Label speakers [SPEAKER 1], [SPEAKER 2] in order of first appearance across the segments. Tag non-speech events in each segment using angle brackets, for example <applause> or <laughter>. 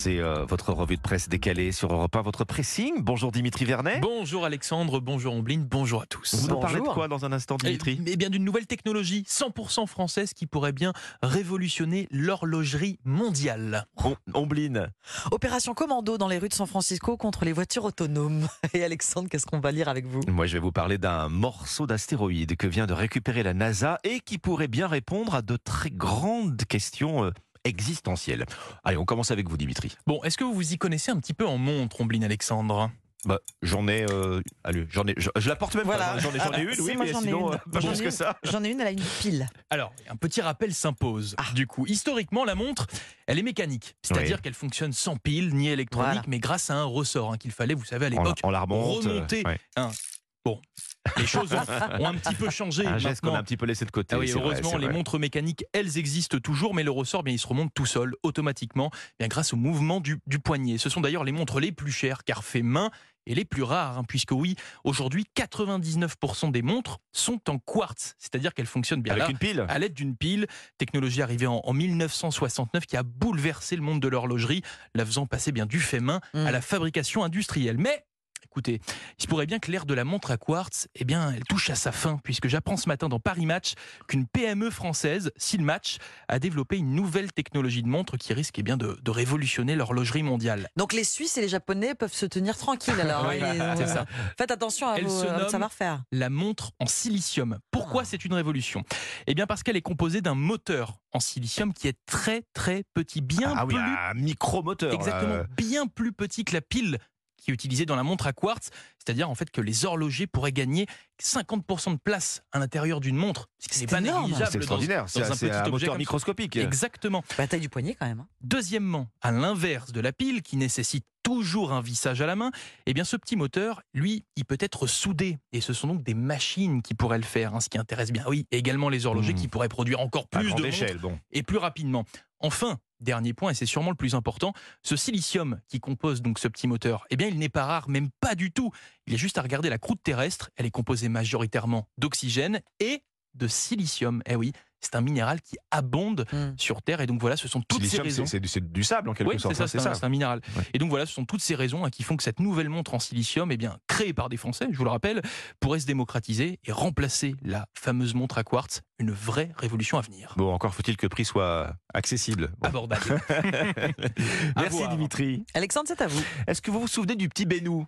[SPEAKER 1] C'est euh, votre revue de presse décalée sur Europe 1, votre pressing. Bonjour Dimitri Vernet.
[SPEAKER 2] Bonjour Alexandre, bonjour Ombline, bonjour à tous.
[SPEAKER 1] Vous nous
[SPEAKER 2] Bonjour.
[SPEAKER 1] parlez de quoi dans un instant, Dimitri
[SPEAKER 2] Eh bien d'une nouvelle technologie 100% française qui pourrait bien révolutionner l'horlogerie mondiale.
[SPEAKER 1] Bon, Ombline.
[SPEAKER 3] Opération commando dans les rues de San Francisco contre les voitures autonomes. <laughs> Et Alexandre, qu'est-ce qu'on va lire avec vous
[SPEAKER 1] Moi, je vais vous parler d'un morceau d'astéroïde que vient de récupérer la NASA et qui pourrait bien répondre à de très grandes questions euh, existentielles. Allez, on commence avec vous, Dimitri.
[SPEAKER 2] Bon, est-ce que vous vous y connaissez un petit peu en montre, Ombline Alexandre
[SPEAKER 1] Bah, j'en ai, euh, allez, j'en ai, je, je la porte même
[SPEAKER 3] Voilà.
[SPEAKER 1] pas. J'en ai, j'en ai
[SPEAKER 3] Ah,
[SPEAKER 1] <laughs> une,
[SPEAKER 3] si,
[SPEAKER 1] oui,
[SPEAKER 3] moi,
[SPEAKER 1] mais
[SPEAKER 3] j'en ai
[SPEAKER 1] sinon,
[SPEAKER 3] une.
[SPEAKER 1] euh, pas
[SPEAKER 3] J'en ai
[SPEAKER 1] plus que
[SPEAKER 3] une.
[SPEAKER 1] ça.
[SPEAKER 3] J'en ai une, elle a une pile.
[SPEAKER 2] Alors, un petit rappel s'impose. Du coup, historiquement, la montre, elle est mécanique. C'est-à-dire
[SPEAKER 1] Ah. Oui.
[SPEAKER 2] qu'elle fonctionne sans pile ni électronique,
[SPEAKER 3] Voilà.
[SPEAKER 2] mais grâce à un ressort hein, qu'il fallait, vous savez, à
[SPEAKER 1] En,
[SPEAKER 2] l'époque.
[SPEAKER 1] en la remonte, euh,
[SPEAKER 2] remonter.
[SPEAKER 1] ouais.
[SPEAKER 2] Bon, les choses ont, ont un petit peu
[SPEAKER 1] <laughs>
[SPEAKER 2] changé.
[SPEAKER 1] Un geste qu'on a
[SPEAKER 2] maintenant.
[SPEAKER 1] un petit peu laissé de côté.
[SPEAKER 2] Ah oui,
[SPEAKER 1] c'est vrai,
[SPEAKER 2] heureusement,
[SPEAKER 1] c'est
[SPEAKER 2] les
[SPEAKER 1] vrai.
[SPEAKER 2] montres mécaniques, elles existent toujours, mais le ressort, bien, il se remonte tout seul, automatiquement, bien, grâce au mouvement du, du poignet. Ce sont d'ailleurs les montres les plus chères, car fait main, et les plus rares, hein, puisque oui, aujourd'hui, 99% des montres sont en quartz, c'est-à-dire qu'elles fonctionnent bien
[SPEAKER 1] Avec
[SPEAKER 2] là,
[SPEAKER 1] une pile.
[SPEAKER 2] à l'aide d'une pile, technologie arrivée en, en 1969 qui a bouleversé le monde de l'horlogerie, la faisant passer bien du fait main
[SPEAKER 3] Mm.
[SPEAKER 2] à la fabrication industrielle. Mais écoutez, il se pourrait bien que l'ère de la montre à quartz, eh bien, elle touche à sa fin, puisque j'apprends ce matin dans Paris Match qu'une PME française, Silmatch, a développé une nouvelle technologie de montre qui risque eh bien, de, de révolutionner l'horlogerie mondiale.
[SPEAKER 3] Donc les Suisses et les Japonais peuvent se tenir tranquilles alors.
[SPEAKER 2] Oui,
[SPEAKER 3] hein, ils ont-
[SPEAKER 2] c'est ça.
[SPEAKER 3] Faites attention à
[SPEAKER 2] Elle
[SPEAKER 3] vos
[SPEAKER 2] se
[SPEAKER 3] à votre
[SPEAKER 2] nomme-
[SPEAKER 3] savoir-faire.
[SPEAKER 2] la montre en silicium. Pourquoi
[SPEAKER 3] Ah.
[SPEAKER 2] c'est une révolution Eh bien parce qu'elle est composée d'un moteur en silicium qui est très très petit, bien
[SPEAKER 1] Ah oui,
[SPEAKER 2] plus
[SPEAKER 1] un micro-moteur. euh, là.
[SPEAKER 2] Exactement, bien plus petit que la pile qui est utilisée dans la montre à quartz, c'est-à-dire en fait que les horlogers pourraient gagner 50% de place à l'intérieur d'une montre, ce qui
[SPEAKER 3] C'est
[SPEAKER 2] n'est pas
[SPEAKER 3] énorme.
[SPEAKER 1] C'est
[SPEAKER 2] négligeable dans-
[SPEAKER 1] extraordinaire. C'est
[SPEAKER 2] dans un
[SPEAKER 1] c'est
[SPEAKER 2] petit
[SPEAKER 1] un,
[SPEAKER 2] objet
[SPEAKER 1] moteur
[SPEAKER 2] comme ça.
[SPEAKER 1] microscopique.
[SPEAKER 2] Exactement.
[SPEAKER 3] Bah, taille du poignet quand même. hein.
[SPEAKER 2] Deuxièmement, à l'inverse de la pile qui nécessite toujours un vissage à la main, eh bien ce petit moteur, lui, il peut être soudé. Et ce sont donc des machines qui pourraient le faire, hein, ce qui intéresse bien, oui, également les horlogers
[SPEAKER 1] Mmh.
[SPEAKER 2] qui pourraient produire encore
[SPEAKER 1] à
[SPEAKER 2] plus
[SPEAKER 1] grande
[SPEAKER 2] de montres
[SPEAKER 1] échelle, bon.
[SPEAKER 2] et plus rapidement. Enfin, dernier point, et c'est sûrement le plus important, ce silicium qui compose donc ce petit moteur, eh bien il n'est pas rare, même pas du tout. Il est juste à regarder la croûte terrestre, elle est composée majoritairement d'oxygène et de silicium. Eh oui, c'est un minéral qui abonde
[SPEAKER 3] Mm.
[SPEAKER 2] sur Terre, et donc voilà, ce sont toutes ces
[SPEAKER 1] Silicium,
[SPEAKER 2] raisons.
[SPEAKER 1] c'est- c'est du, c'est du sable en quelque
[SPEAKER 2] oui,
[SPEAKER 1] sorte.
[SPEAKER 2] c'est
[SPEAKER 1] hein,
[SPEAKER 2] ça, c'est un, c'est un minéral.
[SPEAKER 1] Ouais.
[SPEAKER 2] Et donc voilà, ce sont toutes ces raisons hein, qui font que cette nouvelle montre en silicium, eh bien, créée par des Français, je vous le rappelle, pourrait se démocratiser et remplacer la fameuse montre à quartz, une vraie révolution à venir.
[SPEAKER 1] Bon, encore faut-il que le prix soit accessible. Bon. <laughs>
[SPEAKER 2] Abordable. À
[SPEAKER 1] Merci
[SPEAKER 2] Ah, voir.
[SPEAKER 1] Dimitri.
[SPEAKER 3] Alexandre, c'est à vous.
[SPEAKER 1] Est-ce que vous vous souvenez du petit Bénou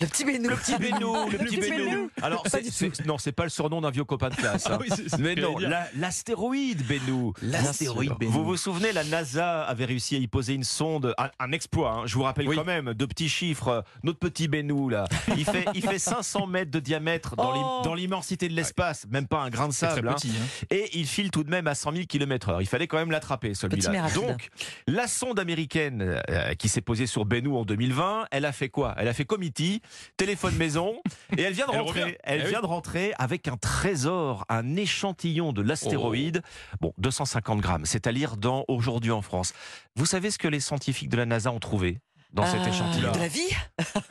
[SPEAKER 3] Le petit Bénou.
[SPEAKER 1] Le petit Bénou, le petit Bénou. Alors,
[SPEAKER 3] Pas
[SPEAKER 1] c'est-
[SPEAKER 3] du
[SPEAKER 1] c'est- non, c'est pas le surnom d'un vieux copain de classe. hein.
[SPEAKER 2] Ah <laughs> oui, c'est- c'est
[SPEAKER 1] Mais
[SPEAKER 2] ce que
[SPEAKER 1] non,
[SPEAKER 2] j'allais dire.
[SPEAKER 1] la- l'astéroïde Bennu.
[SPEAKER 2] L'astéroïde Bennu.
[SPEAKER 1] Vous vous souvenez, la NASA avait réussi à y poser une sonde, un, un exploit. hein. je vous rappelle
[SPEAKER 2] Oui.
[SPEAKER 1] quand même, deux petits chiffres. euh, Notre petit Bennu là, il fait, il
[SPEAKER 2] <laughs>
[SPEAKER 1] fait 500 mètres de diamètre dans
[SPEAKER 3] Oh.
[SPEAKER 1] l'im- dans l'immensité de l'espace, même pas un grain de
[SPEAKER 2] C'est très
[SPEAKER 1] sable. hein.
[SPEAKER 2] petit, hein.
[SPEAKER 1] et il file tout de même à 100 000 km/h. Il fallait quand même l'attraper
[SPEAKER 3] Petit mais
[SPEAKER 1] celui-là.
[SPEAKER 3] rapide.
[SPEAKER 1] Donc, la sonde américaine euh, qui s'est posée sur Bennu en 2020, elle a fait quoi Elle a fait comité, téléphone maison, et elle vient de
[SPEAKER 2] Elle
[SPEAKER 1] rentrer.
[SPEAKER 2] revient.
[SPEAKER 1] Elle
[SPEAKER 2] Eh oui.
[SPEAKER 1] vient de rentrer avec un trésor, un échantillon de l'astéroïde. Bon, 250 grammes, c'est-à-dire dans aujourd'hui en France. Vous savez ce que les scientifiques de la NASA ont trouvé dans cet
[SPEAKER 3] Ah,
[SPEAKER 1] échantillon
[SPEAKER 3] De la vie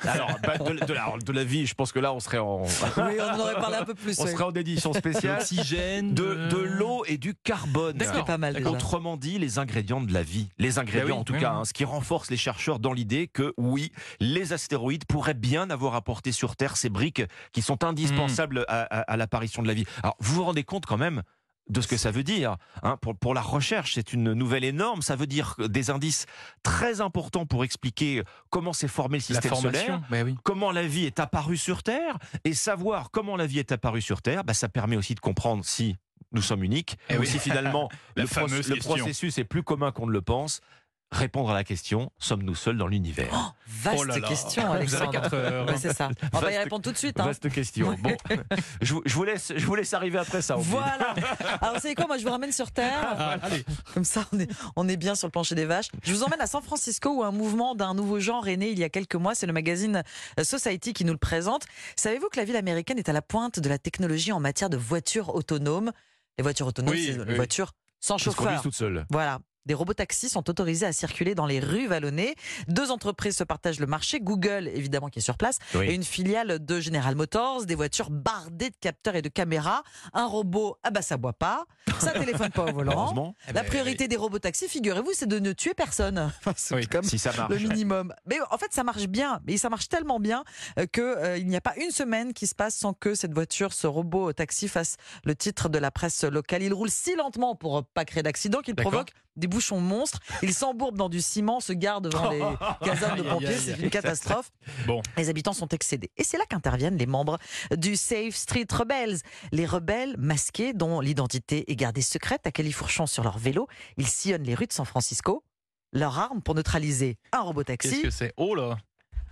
[SPEAKER 1] Alors, bah, de, de la, de la vie, je pense que là, on serait
[SPEAKER 3] <laughs>
[SPEAKER 1] en,
[SPEAKER 3] Oui, on en aurait parlé un peu plus.
[SPEAKER 1] on
[SPEAKER 3] ouais.
[SPEAKER 1] serait en édition spéciale
[SPEAKER 2] L'oxygène,
[SPEAKER 1] de, de
[SPEAKER 2] euh,
[SPEAKER 1] l'eau et du carbone.
[SPEAKER 2] D'accord.
[SPEAKER 3] C'est pas mal déjà.
[SPEAKER 1] Autrement dit, les ingrédients de la vie. Les ingrédients,
[SPEAKER 2] Bah oui,
[SPEAKER 1] en tout
[SPEAKER 2] oui,
[SPEAKER 1] cas,
[SPEAKER 2] oui.
[SPEAKER 1] hein, ce qui renforce les chercheurs dans l'idée que, oui, les astéroïdes pourraient bien avoir apporté sur Terre ces briques qui sont indispensables à, à- à l'apparition de la vie. Alors, vous vous rendez compte quand même de ce que ça veut dire. hein. pour, pour la recherche, c'est une nouvelle énorme. Ça veut dire des indices très importants pour expliquer comment s'est formé le
[SPEAKER 2] La
[SPEAKER 1] système solaire
[SPEAKER 2] formation. Bah oui.
[SPEAKER 1] comment la vie est apparue sur Terre et savoir comment la vie est apparue sur Terre, bah, ça permet aussi de comprendre si nous sommes uniques
[SPEAKER 2] Eh
[SPEAKER 1] ou
[SPEAKER 2] oui.
[SPEAKER 1] si <laughs> finalement
[SPEAKER 2] La
[SPEAKER 1] le, proc-
[SPEAKER 2] fameuse
[SPEAKER 1] le
[SPEAKER 2] question.
[SPEAKER 1] processus est plus commun qu'on ne le pense. Répondre à la question sommes-nous seuls dans l'univers
[SPEAKER 3] Oh, vaste
[SPEAKER 2] Oh là là.
[SPEAKER 3] question,
[SPEAKER 2] Vous avez
[SPEAKER 3] Alexandre.
[SPEAKER 2] quatre heures. hein.
[SPEAKER 3] Ouais, c'est ça. On va y
[SPEAKER 1] Vaste-
[SPEAKER 3] répondre tout de suite. hein.
[SPEAKER 1] Vaste question. Bon, <laughs> je, vous- je vous laisse, je vous laisse arriver après ça. Ophine.
[SPEAKER 3] Voilà. Alors, vous savez quoi Moi, je vous ramène sur Terre.
[SPEAKER 2] Ah, allez.
[SPEAKER 3] Comme ça, on est, on est bien sur le plancher des vaches. Je vous emmène à San Francisco où un mouvement d'un nouveau genre est né il y a quelques mois. C'est le magazine euh, Society qui nous le présente. Savez-vous que la ville américaine est à la pointe de la technologie en matière de voitures autonomes Les voitures autonomes,
[SPEAKER 2] Oui,
[SPEAKER 3] c'est les
[SPEAKER 2] oui.
[SPEAKER 3] voitures sans
[SPEAKER 1] Qui se conduisent
[SPEAKER 3] chauffeur.
[SPEAKER 1] toutes seules.
[SPEAKER 3] Voilà. des robotaxis sont autorisés à circuler dans les rues vallonnées. Deux entreprises se partagent le marché. Google, évidemment, qui est sur place,
[SPEAKER 1] Oui.
[SPEAKER 3] et une filiale de General Motors. Des voitures bardées de capteurs et de caméras. Un robot, ah bah ça boit pas. Ça téléphone pas au volant.
[SPEAKER 1] Heureusement,
[SPEAKER 2] Eh
[SPEAKER 3] La
[SPEAKER 2] ben,
[SPEAKER 3] priorité des robots taxis, figurez-vous, c'est de ne tuer personne. <laughs> Enfin, c'est
[SPEAKER 2] Oui.
[SPEAKER 3] comme
[SPEAKER 1] si ça marche.
[SPEAKER 3] le minimum. Mais en fait, ça marche bien. Mais ça marche tellement bien euh, que euh, il n'y a pas une semaine qui se passe sans que cette voiture, ce robot taxi fasse le titre de la presse locale. Il roule si lentement pour euh, pas créer d'accident qu'il
[SPEAKER 2] D'accord.
[SPEAKER 3] provoque des bouchons monstres. Il s'embourbe dans du ciment, se garde
[SPEAKER 2] <laughs>
[SPEAKER 3] devant les casernes de
[SPEAKER 2] Aïe, aïe,
[SPEAKER 3] pompiers.
[SPEAKER 2] aïe.
[SPEAKER 3] C'est une catastrophe.
[SPEAKER 2] Bon.
[SPEAKER 3] Les habitants sont excédés. Et c'est là qu'interviennent les membres du Safe Street Rebels. Les rebelles masqués dont l'identité est gardée secrète à califourchon sur leur vélo. Ils sillonnent les rues de San Francisco. Leur arme pour neutraliser un robot
[SPEAKER 2] Qu'est-ce
[SPEAKER 3] taxi.
[SPEAKER 2] que c'est Oh là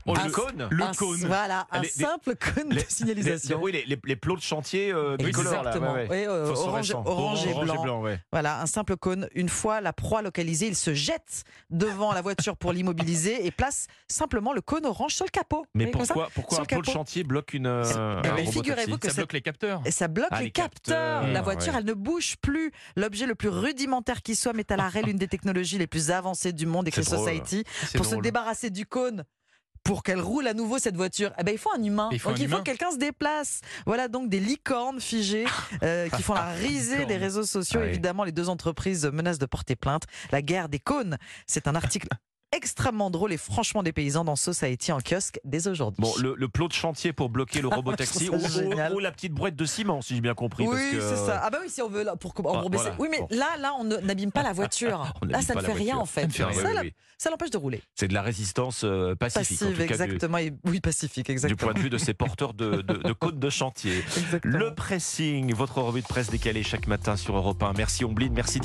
[SPEAKER 2] Oh,
[SPEAKER 3] Ah,
[SPEAKER 1] Un
[SPEAKER 2] le-
[SPEAKER 1] cône
[SPEAKER 2] Le
[SPEAKER 3] un,
[SPEAKER 2] cône
[SPEAKER 3] Voilà, un
[SPEAKER 1] Les- les-
[SPEAKER 3] simple cône de
[SPEAKER 1] les-
[SPEAKER 3] signalisation.
[SPEAKER 1] Les- oui, les, les- les plots de chantier euh, tricolores, là.
[SPEAKER 3] Exactement.
[SPEAKER 1] ouais, ouais.
[SPEAKER 3] Oui, euh, orange,
[SPEAKER 1] Phosphorescent.
[SPEAKER 3] orange et
[SPEAKER 1] Orange
[SPEAKER 3] blanc.
[SPEAKER 1] ouais.
[SPEAKER 3] Voilà, un simple cône. Une fois la proie localisée, il se jette devant la voiture pour l'immobiliser et place simplement le cône orange sur le capot.
[SPEAKER 1] Mais
[SPEAKER 3] Vous voyez comme ça
[SPEAKER 1] pourquoi, pourquoi
[SPEAKER 3] sur
[SPEAKER 1] un
[SPEAKER 3] le
[SPEAKER 1] plot de
[SPEAKER 3] capot.
[SPEAKER 1] chantier bloque une. euh, un
[SPEAKER 3] eh ben,
[SPEAKER 1] robot
[SPEAKER 3] figurez-vous
[SPEAKER 1] taxi
[SPEAKER 3] que
[SPEAKER 2] Ça
[SPEAKER 3] c'est-
[SPEAKER 2] bloque les capteurs.
[SPEAKER 3] Et ça bloque
[SPEAKER 1] Ah,
[SPEAKER 3] les,
[SPEAKER 1] les
[SPEAKER 3] capteurs.
[SPEAKER 1] capteurs,
[SPEAKER 3] La
[SPEAKER 1] ouais.
[SPEAKER 3] voiture, elle ne bouge plus. L'objet le plus rudimentaire qui soit met à l'arrêt l'une des technologies les plus avancées du monde, Écrit
[SPEAKER 1] C'est drôle.
[SPEAKER 3] Society,
[SPEAKER 2] C'est
[SPEAKER 3] pour se
[SPEAKER 2] drôle.
[SPEAKER 3] débarrasser du cône. Pour qu'elle roule à nouveau cette voiture, eh ben, il faut un humain.
[SPEAKER 2] Il faut
[SPEAKER 3] Donc
[SPEAKER 2] un
[SPEAKER 3] il faut
[SPEAKER 2] humain.
[SPEAKER 3] que quelqu'un se déplace. Voilà donc des
[SPEAKER 1] <laughs>
[SPEAKER 3] licornes figées euh, qui font la risée
[SPEAKER 2] Licorne.
[SPEAKER 3] des réseaux sociaux.
[SPEAKER 1] Ah oui.
[SPEAKER 3] Évidemment, les deux entreprises menacent de porter plainte. La guerre des cônes, c'est
[SPEAKER 1] <laughs>
[SPEAKER 3] un article extrêmement drôle et franchement dépaysant dans Society en kiosque dès aujourd'hui.
[SPEAKER 1] Bon, le, le plot de chantier pour bloquer
[SPEAKER 3] <laughs>
[SPEAKER 1] le robot taxi
[SPEAKER 3] Je
[SPEAKER 1] ou,
[SPEAKER 3] trouve ça
[SPEAKER 1] ou-
[SPEAKER 3] génial.
[SPEAKER 1] ou la petite brouette de ciment, si j'ai bien compris. parce
[SPEAKER 3] oui,
[SPEAKER 1] que, euh,
[SPEAKER 3] c'est ça. Ah bah oui, si on veut là, pour, pour
[SPEAKER 1] Ah,
[SPEAKER 3] baisser.
[SPEAKER 1] voilà.
[SPEAKER 3] Oui, mais
[SPEAKER 1] Bon.
[SPEAKER 3] là, là, on ne-
[SPEAKER 1] <laughs>
[SPEAKER 3] n'abîme pas la voiture.
[SPEAKER 1] On
[SPEAKER 3] là,
[SPEAKER 1] n'habite
[SPEAKER 3] ça ne
[SPEAKER 1] pas
[SPEAKER 3] fait
[SPEAKER 1] la
[SPEAKER 3] rien
[SPEAKER 1] voiture.
[SPEAKER 3] en fait.
[SPEAKER 2] Ça ne fait
[SPEAKER 1] Ah, oui,
[SPEAKER 3] Ça,
[SPEAKER 1] oui,
[SPEAKER 3] la-
[SPEAKER 1] oui.
[SPEAKER 3] ça l'empêche de rouler.
[SPEAKER 1] C'est de la résistance euh, pacifique, en
[SPEAKER 3] Passive,
[SPEAKER 1] tout cas, du-
[SPEAKER 3] exactement. et- Oui, pacifique,
[SPEAKER 1] du,
[SPEAKER 3] exactement.
[SPEAKER 1] point de vue de ces porteurs de, de, de côtes de chantier.
[SPEAKER 3] Exactement.
[SPEAKER 1] Le pressing, votre revue de presse décalée chaque matin sur Europe 1. Merci Omblin, merci